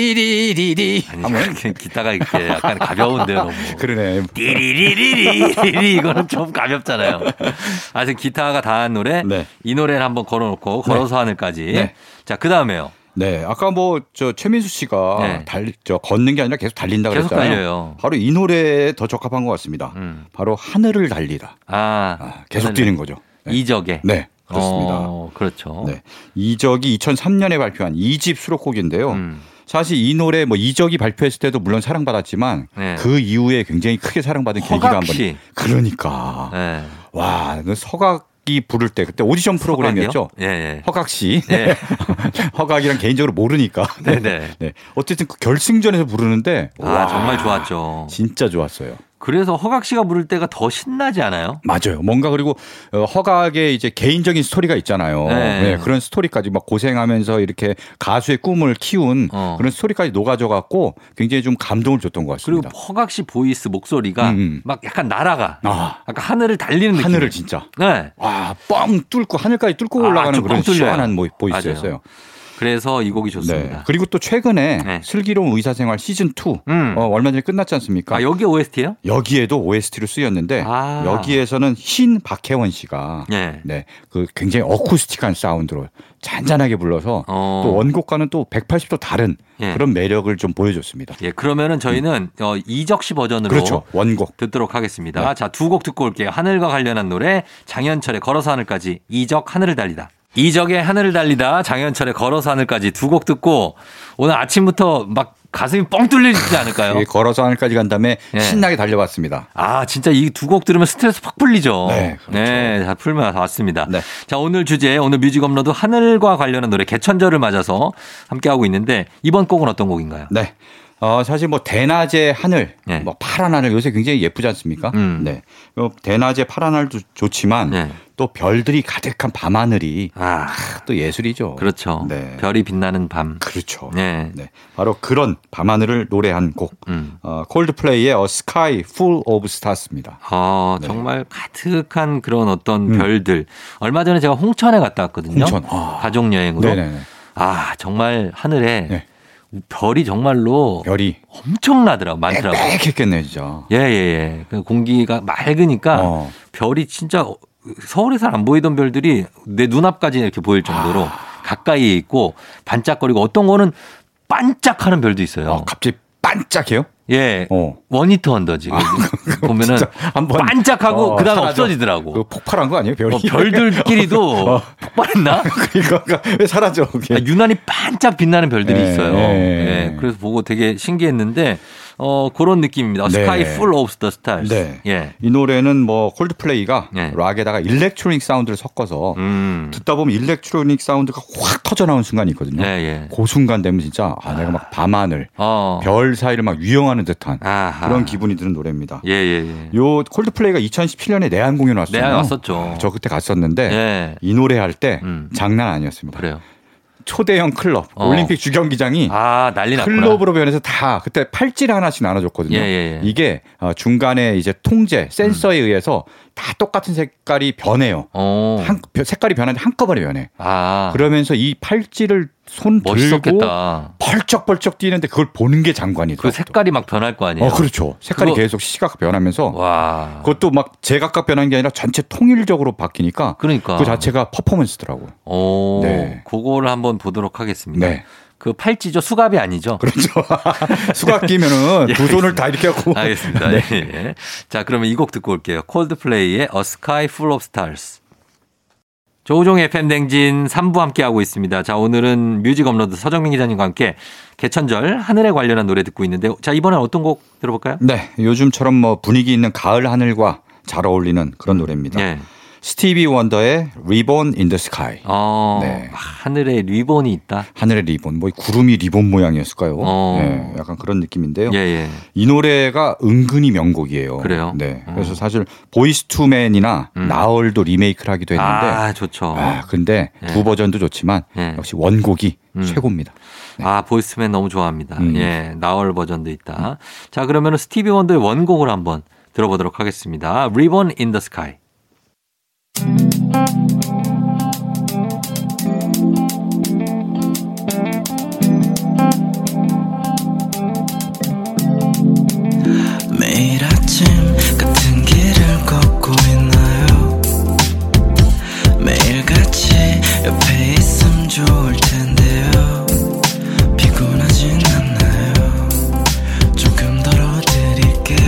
띠리리리리리리 아니, 이렇게 기타가 이렇게 약간 가벼운데요, 너무. 그러네. 띠리리리리리 이거는 좀 가볍잖아요. 아직 기타가 다 한 노래 네. 이 노래를 한번 걸어놓고 걸어서 하늘까지. 네. 자, 그 다음에요. 네, 아까 뭐 저 최민수 씨가 네. 달, 저 걷는 게 아니라 계속 달린다 계속 그랬잖아요. 달려요. 바로 이 노래에 더 적합한 것 같습니다. 음. 바로 하늘을 달리다. 아, 아, 계속 하늘을- 뛰는 거죠. 네. 이적에. 네, 그렇습니다. 어, 그렇죠. 네. 이적이 2003년에 발표한 2집 수록곡인데요. 음. 사실 이 노래 뭐 이적이 발표했을 때도 물론 사랑받았지만 네. 그 이후에 굉장히 크게 사랑받은 계기가 한 허각 씨. 번. 그러니까. 네. 와, 그 서각이 부를 때 그때 오디션 프로그램이었죠. 네. 허각이요? 예, 예. 허각 씨. 예. 허각이랑 개인적으로 모르니까. 네네. 네. 어쨌든 그 결승전에서 부르는데 아, 와, 정말 좋았죠. 진짜 좋았어요. 그래서 허각 씨가 부를 때가 더 신나지 않아요? 맞아요. 뭔가 그리고 어, 허각의 이제 개인적인 스토리가 있잖아요. 네. 네, 그런 스토리까지 막 고생하면서 이렇게 가수의 꿈을 키운 어. 그런 스토리까지 녹아져 갖고 굉장히 좀 감동을 줬던 것 그리고 같습니다. 허각 씨 보이스 목소리가 음, 음. 막 약간 날아가. 아, 약간 하늘을 달리는 느낌. 하늘을 진짜 네. 와, 뻥 뚫고 하늘까지 뚫고 아, 올라가는 좀 그런 뻥 뚫려요. 시원한 모- 보이스였어요. 그래서 이 곡이 네. 좋습니다. 그리고 또 최근에 네. 슬기로운 의사생활 시즌 2 음. 어, 그러니까. 얼마 전에 끝났지 않습니까? 아, 여기 OST예요? 여기에도 OST로 쓰였는데 아. 여기에서는 신 박혜원 씨가 예. 네, 그 굉장히 어쿠스틱한 사운드로 잔잔하게 불러서 어. 또 원곡과는 또 180도 다른 예. 그런 매력을 좀 보여줬습니다. 예, 어. 그러면은 저희는 어, 이적 씨 버전으로 음. 그렇죠. 원곡. 듣도록 하겠습니다. 네. 자, 두 곡 듣고 올게요. 하늘과 관련한 노래 장현철의 걸어서 하늘까지 이적 하늘을 달리다. 이적의 하늘을 달리다 장현철의 걸어서 하늘까지 두 곡 듣고 오늘 아침부터 막 가슴이 뻥 뚫리지 않을까요? 예, 걸어서 하늘까지 간 다음에 네. 예. 신나게 달려봤습니다. 아, 진짜 이 두 곡 들으면 스트레스 확 풀리죠. 네, 그렇죠. 네, 다 풀면 왔습니다. 네. 자, 오늘 주제, 오늘 뮤직 업로드 하늘과 관련한 노래 개천절을 맞아서 함께하고 있는데 이번 곡은 어떤 곡인가요? 네. 어, 사실 뭐 대낮의 하늘, 예. 뭐 파란 하늘 요새 굉장히 예쁘지 않습니까? 음. 네. 어, 대낮의 파란 하늘도 좋지만 예. 또 별들이 가득한 밤하늘이 아, 또 예술이죠. 그렇죠. 네. 별이 빛나는 밤. 그렇죠. 네. 네. 바로 그런 밤하늘을 노래한 곡. 음. 어, 콜드플레이의 A Sky Full of Stars입니다. 어, 네. 정말 가득한 그런 어떤 음. 별들. 얼마 전에 제가 홍천에 갔다 왔거든요. 홍천. 아. 가족 여행으로. 네네네. 아, 정말 하늘에 네. 별이 정말로 별이 엄청나더라고. 많더라고. 요 빽빽했겠네 진짜. 예, 예, 예. 그 공기가 맑으니까 어. 별이 진짜 서울에서 안 보이던 별들이 내 눈앞까지 이렇게 보일 정도로 아. 가까이에 있고 반짝거리고 어떤 거는 반짝하는 별도 있어요. 어, 갑자기 반짝해요? 예. 어. 아, 원히트 언더지. 보면은 진짜 한번 반짝하고 어, 그다음에 사라져. 없어지더라고. 그 폭발한 거 아니에요 별이? 어, 별들끼리도 어. 폭발했나? 이거 왜 사라져? 그게? 아, 유난히 반짝 빛나는 별들이 예, 있어요. 예. 예, 그래서 보고 되게 신기했는데 어, 그런 느낌입니다. 네. Sky Full of the Stars. 네. 예. 이 노래는 뭐 콜드플레이가 예. 락에다가 일렉트로닉 사운드를 섞어서 음. 듣다 보면 일렉트로닉 사운드가 확 터져 나오는 순간이 있거든요. 예, 예. 그 순간 되면 진짜 아, 내가 막 밤하늘, 어. 별 사이를 막 유영하는 듯한 아하. 그런 기분이 드는 노래입니다. 예, 예, 예. 요 콜드플레이가 2017년에 내한 공연 왔어요. 내한 네, 왔었죠. 음. 저 그때 갔었는데 예. 이 노래 할 때 음. 장난 아니었습니다. 그래요. 초대형 클럽 어. 올림픽 주경기장이 아, 난리 났구나. 클럽으로 변해서 다 그때 팔찌를 하나씩 나눠줬거든요. 예, 예, 예. 이게 어, 중간에 이제 통제 센서에 의해서 다 똑같은 색깔이 변해요. 어. 한, 변- 색깔이 변하는데 한꺼번에 변해. 아. 그러면서 이 팔찌를 손 들고 멋있었겠다. 펄쩍펄쩍 뛰는데 그걸 보는 게 장관이더라고요. 그 색깔이 막 변할 거 아니에요. 어, 그렇죠. 색깔이 그거- 계속 시각 변하면서 와. 그것도 막 제각각 변하는 게 아니라 전체 통일적으로 바뀌니까 그러니까. 그 자체가 퍼포먼스더라고. 요 오, 네. 그거를 한번 보도록 하겠습니다. 네. 그 팔찌죠? 수갑이 아니죠? 그렇죠. 수갑 끼면은 예, 두 손을 다 이렇게 하고. 알겠습니다. 네. 예, 예. 자, 그러면 이 곡 듣고 올게요. 콜드플레이의 A Sky Full of Stars. 조우종 FM 댕진 3부 함께하고 있습니다. 자, 오늘은 뮤직 업로드 서정민 기자님과 함께 개천절 하늘에 관련한 노래 듣고 있는데 자, 이번엔 어떤 곡 들어볼까요? 네, 요즘처럼 뭐 분위기 있는 가을 하늘과 잘 어울리는 그런 노래입니다. 예. 스티비 원더의 리본 인 더 스카이. 어, 네. 하늘에 리본이 있다. 하늘의 리본, 뭐 구름이 리본 모양이었을까요? 어. 네, 약간 그런 느낌인데요. 예, 예. 이 노래가 은근히 명곡이에요. 그래요? 네. 음. 그래서 사실 보이스 투맨이나 음. 나얼도 리메이크를 하기도 했는데 아, 아, 좋죠. 근데 예. 두 버전도 좋지만 예. 역시 원곡이 음. 최고입니다. 아, 보이스맨 너무 좋아합니다. 네. 음. 예, 나얼 버전도 있다. 자, 그러면 은 스티비 원더의 원곡을 한번 들어보도록 하겠습니다. 리본 인 더 스카이. 매일 아침 같은 길을 걷고 있나요 매일 같이 옆에 있음 좋을 텐데요 피곤하진 않나요 조금 덜어드릴게요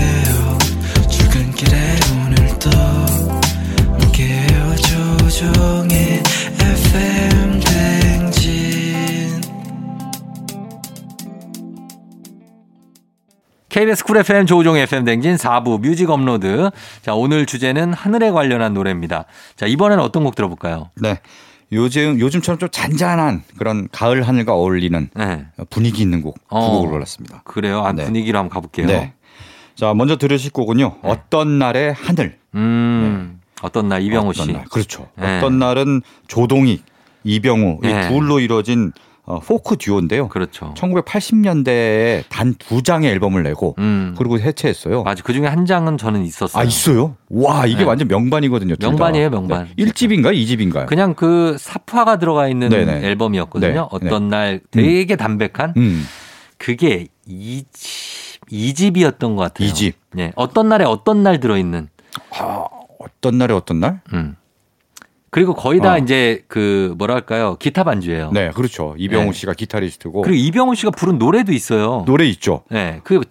출근길에 오늘도 함께해요 조종의 FM 댕진 KBS 쿨 FM 조우종 FM 댕진 4부 뮤직 업로드. 자, 오늘 주제는 하늘에 관련한 노래입니다. 자, 이번엔 어떤 곡 들어볼까요? 네. 요즘 요즘처럼 좀 잔잔한 그런 가을 하늘과 어울리는 네. 분위기 있는 곡 두 어. 곡을 골랐습니다. 그래요. 아, 네. 분위기로 한번 가볼게요. 네. 네. 자, 먼저 들으실 곡은요. 어떤 날의 하늘. 음, 어떤 날 이병호 네. 어떤 씨. 날. 그렇죠. 네. 어떤 날은 조동익, 이병우 네. 이 둘로 이루어진 어, 포크 듀오인데요. 그렇죠. 1980년대에 단 두 장의 앨범을 내고 음. 그리고 해체했어요. 맞아. 그 중에 한 장은 저는 있었어요. 그렇죠. 아 있어요? 와 이게 네. 완전 명반이거든요. 둘 다. 명반이에요, 명반. 네. 1집인가요? 2집인가요? 그냥 그 사파가 들어가 있는 네네. 앨범이었거든요. 네. 어떤 날 되게 담백한 음. 그게 이집이집이었던것 같아요. 이 집. 예. 어떤 날에 어떤 날 들어있는. 아, 어떤 날에 어떤 날? 음. 그리고 거의 다 어. 이제 그 뭐랄까요. 기타 반주예요. 네 그렇죠. 이병우 어. 네. 씨가 기타리스트고 그리고 이병훈 씨가 부른 노래도 있어요. 노래 있죠. 네. 그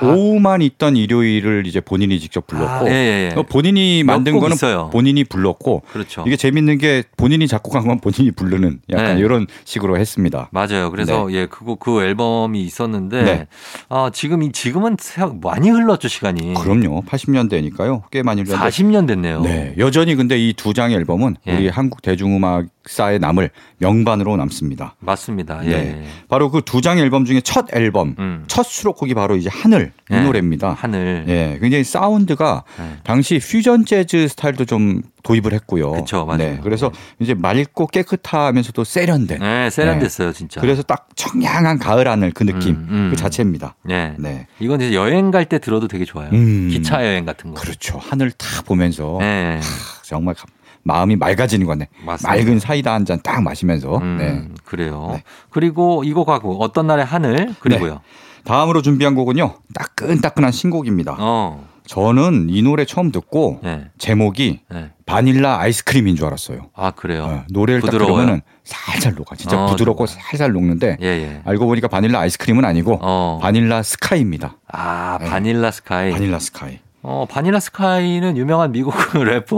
아. 오후만 있던 일요일을 이제 본인이 직접 아, 불렀고 어, 예, 예, 예. 본인이 만든 몇곡 거는 있어요. 본인이 불렀고 그렇죠. 이게 재밌는 게 본인이 작곡한 건 본인이 부르는 약간 네. 이런 식으로 했습니다. 맞아요. 그래서 예, 그거 그 앨범이 있었는데 네. 아, 지금 이 지금은 생각- 많이 흘렀죠, 시간이. 그럼요. 80년대니까요. 꽤 많이 흘렀는데 음. 40년 됐네요. 네, 여전히 근데 이 두 장의 앨범은 예. 우리 한국 대중음악사에 남을 명반으로 남습니다. 맞습니다. 예. 네. 바로 그 두 장의 앨범 중에 첫 앨범, 음. 첫 수록곡이 바로 이제 하늘 이 예. 노래입니다. 하늘. 예, 굉장히 사운드가 네. 당시 퓨전 재즈 스타일도 좀 도입을 했고요. 그쵸, 맞아요. 예. 네, 그래서 이제 맑고 깨끗하면서도 세련된. 네, 세련됐어요, 진짜. 그래서 딱 청량한 가을 하늘 그 느낌 음, 음. 그 자체입니다. 예. 네, 이건 이제 여행 갈 때 들어도 되게 좋아요. 음. 기차 여행 같은 거. 그렇죠. 하늘 탁 보면서 네. 정말 감- 마음이 맑아지는 거네. 맞습니다. 맑은 사이다 한 잔 딱 마시면서. 음, 네. 그래요. 네. 그리고 이거 가고 어떤 날의 하늘 그리고요. 다음으로 준비한 곡은요. 따끈따끈한 신곡입니다. 어. 저는 이 노래 처음 듣고 예. 제목이 예. 바닐라 아이스크림인 줄 알았어요. 아, 그래요. 어, 노래를 부드러워요? 딱 들으면 살살 녹아. 진짜 어, 부드럽고 정말. 살살 녹는데 예, 예. 알고 보니까 바닐라 아이스크림은 아니고 어. 바닐라 스카이입니다. 아, 바닐라 스카이. 바닐라 스카이. 어, 바닐라 스카이는 유명한 미국 래퍼.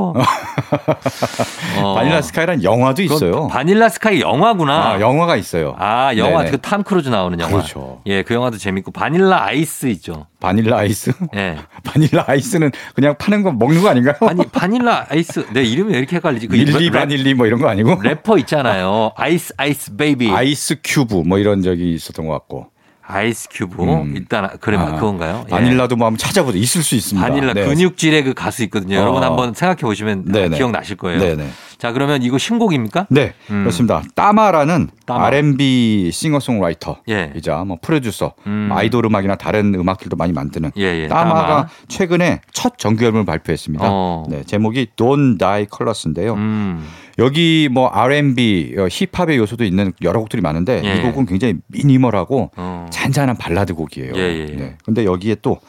어. 바닐라 스카이란 영화도 그건 있어요. 바닐라 스카이 영화구나. 아, 영화가 있어요. 아, 영화 네네. 그탐 크루즈 나오는 영화. 그렇죠. 예, 그 영화도 재밌고 바닐라 아이스 있죠. 바닐라 아이스? 예. 바닐라 아이스는 그냥 파는 거 먹는 거 아닌가요? 아니 바닐라 아이스 내 이름이 왜 이렇게 헷갈리지? 그 밀리 랩- 바닐리 뭐 이런 거 아니고? 래퍼 있잖아요. 아이스 아이스 베이비. 아이스 큐브 뭐 이런 적이 있었던 것 같고. 아이스 큐브. 음. 일단 그래 아, 그건가요? 예. 바닐라도 뭐 한번 찾아보죠. 있을 수 있습니다. 바닐라 네. 근육질의 그 가수 있거든요. 어. 여러분 한번 생각해 보시면 네네. 기억 나실 거예요. 네네. 자 그러면 이거 신곡입니까? 네, 음. 그렇습니다. 따마라는 따마. R&B 싱어송라이터 예. 이자 뭐 프로듀서, 음. 아이돌 음악이나 다른 음악들도 많이 만드는 예, 예. 따마가 따마. 최근에 첫 정규 앨범을 발표했습니다. 어. 네, 제목이 Don't Die Color's인데요. 음. 여기 뭐 R&B, 어, 힙합의 요소도 있는 여러 곡들이 많은데 예. 이 곡은 굉장히 미니멀하고 어. 잔잔한 발라드 곡이에요. 예, 예, 예. 네, 근데 여기에 또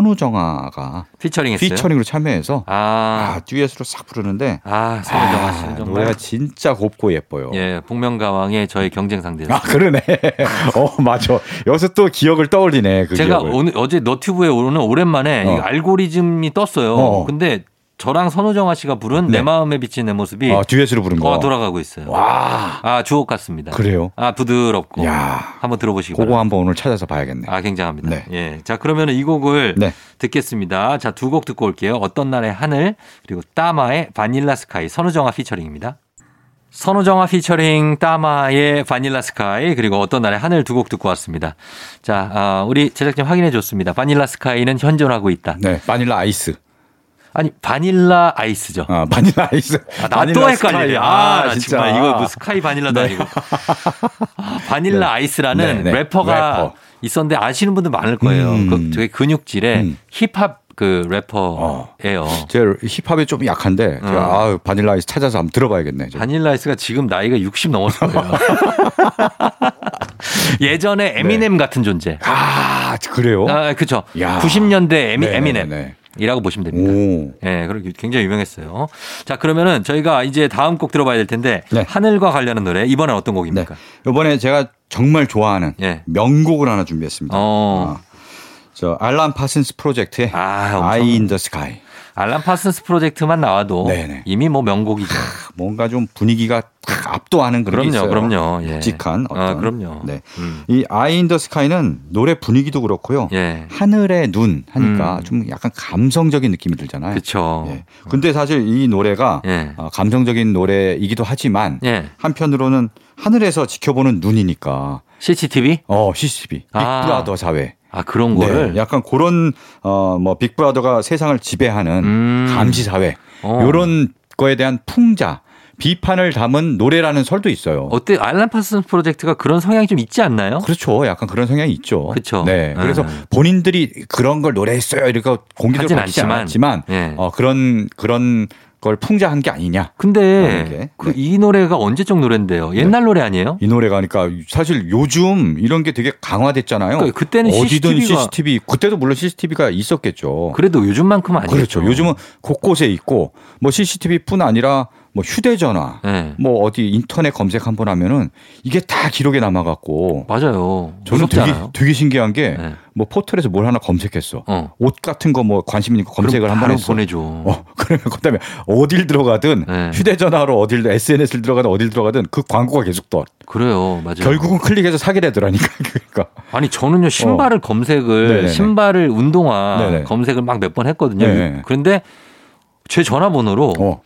선우정아가 피처링했어요. 피처링으로 참여해서 아. 아, 듀엣으로 싹 부르는데 아, 아, 서른정아 씨 정말. 노래가 진짜 곱고 예뻐요. 예, 복면가왕의 저의 경쟁 상대였어요. 아 그러네. 어 맞아. 여기서 또 기억을 떠올리네. 그 제가 기억을. 오늘 어제 너튜브에 오는 오랜만에 어. 이 알고리즘이 떴어요. 어. 근데 저랑 선우정아 씨가 부른 네. 내 마음에 비친 내 모습이 아, 듀엣으로 부른 거. 어, 돌아가고 있어요. 와. 아 주옥 같습니다. 그래요? 아 부드럽고 야. 한번 들어보시기 그거 바랍니다. 한번 오늘 찾아서 봐야겠네. 아 굉장합니다. 네. 예, 자 그러면 이 곡을 네. 듣겠습니다. 자 두 곡 듣고 올게요. 어떤 날의 하늘 그리고 따마의 바닐라 스카이 선우정아 피처링입니다. 선우정아 피처링 따마의 바닐라 스카이 그리고 어떤 날의 하늘 두 곡 듣고 왔습니다. 자 아, 우리 제작진 확인해 줬습니다. 바닐라 스카이는 현존하고 있다. 네. 바닐라 아이스. 아니 바닐라 아이스죠. 아, 바닐라 아이스. 아, 나 또 바닐라 헷갈리네. 스카이. 아, 나 정말 이거 무슨 카이 바닐라도 아니고. 아, 바닐라 네. 아이스라는 네, 네. 래퍼가 래퍼. 있었는데 아시는 분들 많을 거예요. 음. 그 되게 근육질의 음. 어. 힙합 그 래퍼예요. 제 힙합이 좀 약한데 제가 어. 음. 아, 바닐라 아이스 찾아서 한번 들어봐야겠네. 제가. 바닐라 아이스가 지금 나이가 60 넘었을 거예요. 예전에 네. 에미넴 같은 존재. 아, 그래요? 아, 그쵸. 야. 90년대 에미, 네, 네, 네, 에미넴이라고 보시면 됩니다. 오. 예, 그렇게 굉장히 유명했어요. 자, 그러면은 저희가 이제 다음 곡 들어봐야 될 텐데 네. 하늘과 관련한 노래 이번엔 어떤 네. 곡입니까? 이번에 제가 정말 좋아하는 예. 명곡을 하나 준비했습니다. 어. 아, 저 알람 파슨스 프로젝트의 아, 엄청- 아이 인 더 스카이. 알람 파슨스 프로젝트만 나와도 네네. 이미 뭐 명곡이죠. 뭔가 좀 분위기가 탁 압도하는 그런 게 그럼요, 있어요. 그럼요. 예. 묵직한 어떤. 아, 그럼요. 네. 음. 이 아이 인 더 스카이는 노래 분위기도 그렇고요. 예. 하늘의 눈 하니까 음. 좀 약간 감성적인 느낌이 들잖아요. 그쵸. 예. 근데 사실 이 노래가 예. 어, 감성적인 노래이기도 하지만 예. 한편으로는 하늘에서 지켜보는 눈이니까 CCTV? 어 CCTV 아. 빅브라더 사회 아, 그런 네, 거를. 약간 그런 어뭐 빅브라더가 세상을 지배하는 음. 감시 사회 어. 요런 거에 대한 풍자 비판을 담은 노래라는 설도 있어요. 어때? 알람 파슨스 프로젝트가 그런 성향이 좀 있지 않나요? 그렇죠. 약간 그런 성향이 있죠. 그쵸. 네. 그래서 음. 본인들이 그런 걸 노래했어요. 이렇게 공개적으로 하진 밝히지 않지만. 않았지만 예. 어, 그런 그런 걸 풍자한 게 아니냐. 근데 이렇게. 그 이 노래가 언제적 노래인데요? 네. 옛날 노래 아니에요? 이 노래가 그러니까 사실 요즘 이런 게 되게 강화됐잖아요. 그러니까 그때는 어디든 CCTV 가- CCTV 그때도 물론 CCTV가 있었겠죠. 그래도 요즘만큼은 아니죠. 그렇죠. 요즘은 곳곳에 있고 뭐 CCTV뿐 아니라 뭐 휴대전화, 예. 뭐 어디 인터넷 검색 한번 하면은 이게 다 기록에 남아갖고 맞아요. 저는 무섭지 되게 않아요? 되게 신기한 게 뭐 예. 포털에서 뭘 하나 검색했어. 어. 옷 같은 거 뭐 관심 있는 거 검색을 그럼 한번 바로 했어. 보내줘. 어, 그러면 그다음에 어딜 들어가든 네. 휴대전화로 어딜 SNS를 들어가든 어딜 들어가든 그 광고가 계속 떠. 그래요. 맞아요. 결국은 클릭해서 사게 되더라니까 그러니까. 아니 저는요 신발을 검색을 어. 네네네. 신발을 운동화 네네. 검색을 막 몇 번 했거든요. 네네. 그런데 제 전화번호로 어.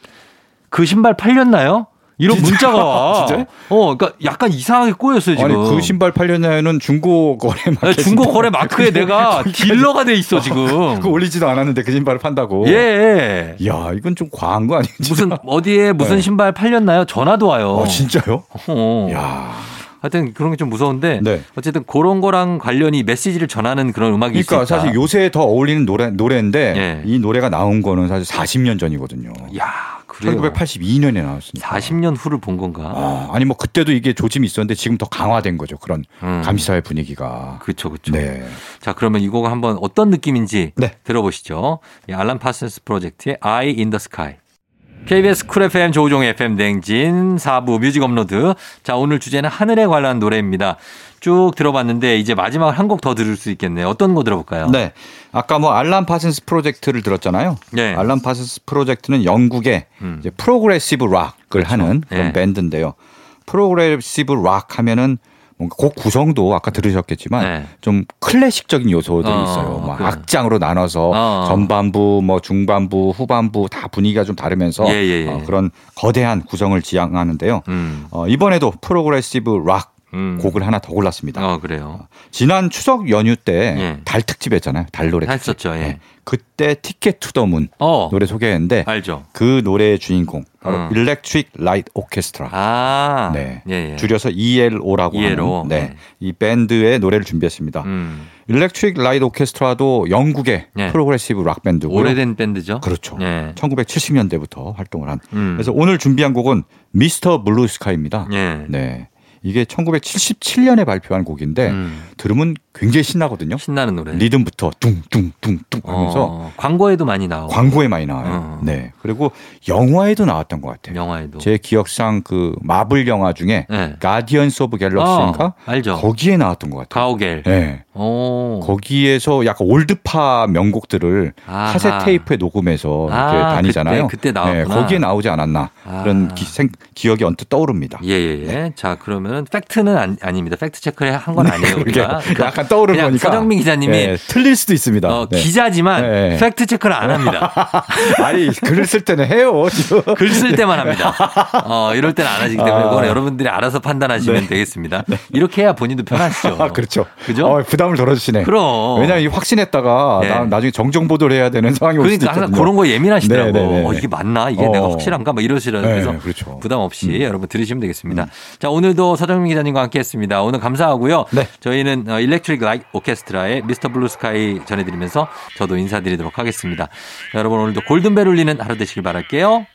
그 신발 팔렸나요? 이런 진짜? 문자가 와. 아, 진짜? 어, 그러니까 약간 이상하게 꼬였어요 지금. 아니 그 신발 그 팔렸냐는 중고 거래 나 마켓. 중고 거래 마크에 내가 딜러가 돼 있어 지금. 그 올리지도 않았는데 그 신발을 판다고. 예. 야 이건 좀 과한 거 아니지? 무슨 어디에 무슨 네. 신발 팔렸나요? 전화도 와요. 아 진짜요? 어. 예. 야. 하여튼 그런 게 좀 무서운데 네. 어쨌든 그런 거랑 관련이 메시지를 전하는 그런 음악이 그러니까 있으니까. 사실 요새 더 어울리는 노래 노래인데 예. 이 노래가 나온 거는 사실 40년 전이거든요. 야, 그래요. 1982년에 나왔습니다. 40년 후를 본 건가? 아, 아니 뭐 그때도 이게 조짐이 있었는데 지금 더 강화된 거죠. 그런 음. 감시사회 분위기가. 그렇죠, 그렇죠. 네. 자, 그러면 이곡 한번 어떤 느낌인지 네. 들어보시죠. 이 알람 파슨스 프로젝트의 Eye in the Sky. KBS 쿨 FM 조우종 FM 댕진 4부 뮤직 업로드. 자, 오늘 주제는 하늘에 관한 노래입니다. 쭉 들어봤는데 이제 마지막 한 곡 더 들을 수 있겠네요. 어떤 거 들어볼까요? 네. 아까 뭐 알람 파슨스 프로젝트를 들었잖아요. 네. 알람 파슨스 프로젝트는 영국의 음. 이제 프로그레시브 락을 하는 그런 네. 밴드인데요. 프로그레시브 락 하면은 뭔가 곡 구성도 아까 들으셨겠지만 네. 좀 클래식적인 요소들이 어, 있어요. 막 그. 악장으로 나눠서 어. 전반부, 뭐 중반부, 후반부 다 분위기가 좀 다르면서 예, 예, 예. 어, 그런 거대한 구성을 지향하는데요. 음. 어, 이번에도 프로그레시브 락 음. 곡을 하나 더 골랐습니다. 어, 그래요. 지난 추석 연휴 때 예. 달 특집 했잖아요. 달 노래 다 특집. 했었죠, 예. 그때 티켓 투 더 문 어. 네, 노래 소개했는데 알죠. 그 노래의 주인공 바로 음. 일렉트릭 라이트 오케스트라. 아. E 네. 예, 예. 줄여서 ELO라고 ELO. 하는 네. 이 밴드의 노래를 준비했습니다. 음. 일렉트릭 라이트 오케스트라도 영국의 예. 프로그레시브 락 밴드고요. 오래된 밴드죠? 아, 그렇죠. 예. 1970년대부터 활동을 한. 음. 그래서 오늘 준비한 곡은 미스터 블루스카입니다. 예. 네. 이게 1977년에 발표한 곡인데 음. 들으면 굉장히 신나거든요. 신나는 노래. 음. 리듬부터 뚱뚱뚱뚱 하면서 어, 광고에도 많이 나오고 광고에 많이 나와요. 어. 네. 그리고 영화에도 나왔던 것 같아요. 영화에도. 제 기억상 그 마블 영화 중에 네. 가디언스 오브 어, 갤럭시인가 알죠. 거기에 나왔던 것 같아요. 가오갤. 어. 네. 오. 거기에서 약간 올드파 명곡들을 아하. 카세 테이프에 녹음해서 아, 이렇게 다니잖아요. 네, 예, 그때- 그때 나왔구나. 거기에 나오지 않았나 아. 그런 기, 억이 언뜻 떠오릅니다. 예, 예, 예. 네. 자, 그러면은 팩트는 안- 아닙니다. 팩트 체크를 한 건 아니에요, 그게 우리가. 그러니까 약간 떠오르는 그냥 거니까. 서정민 기자님이 예, 틀릴 수도 있습니다. 어, 네. 기자지만 네. 팩트 체크를 안 합니다. 아니 글을 쓸 때는 해요. 지금. 글 쓸 때만 합니다. 어, 이럴 때는 안 하시기 때문에 아. 네. 그건 여러분들이 알아서 판단하시면 되겠습니다. 이렇게 해야 본인도 편하시죠. 아, 그렇죠. 그죠? 어, 부담을 덜어주시네. 그럼. 왜냐면 이 확신했다가 네. 나, 나중에 정정 보도를 해야 되는 상황이 올 수도 그러니까 항상 있거든요. 그런 거 예민하시더라고. 네, 네, 네, 어, 네. 이게 맞나? 이게 어. 내가 확실한가? 막 이러시라. 네, 그래서 그렇죠. 음. 부담 없이 여러분 들으시면 되겠습니다. 자, 오늘도 서정민 기자님과 함께 했습니다. 오늘 감사하고요. 네. 저희는 어, 일렉트릭 라이 오케스트라의 미스터 블루 스카이 전해드리면서 저도 인사드리도록 하겠습니다. 자, 여러분 오늘도 골든벨 울리는 하루 되시길 바랄게요.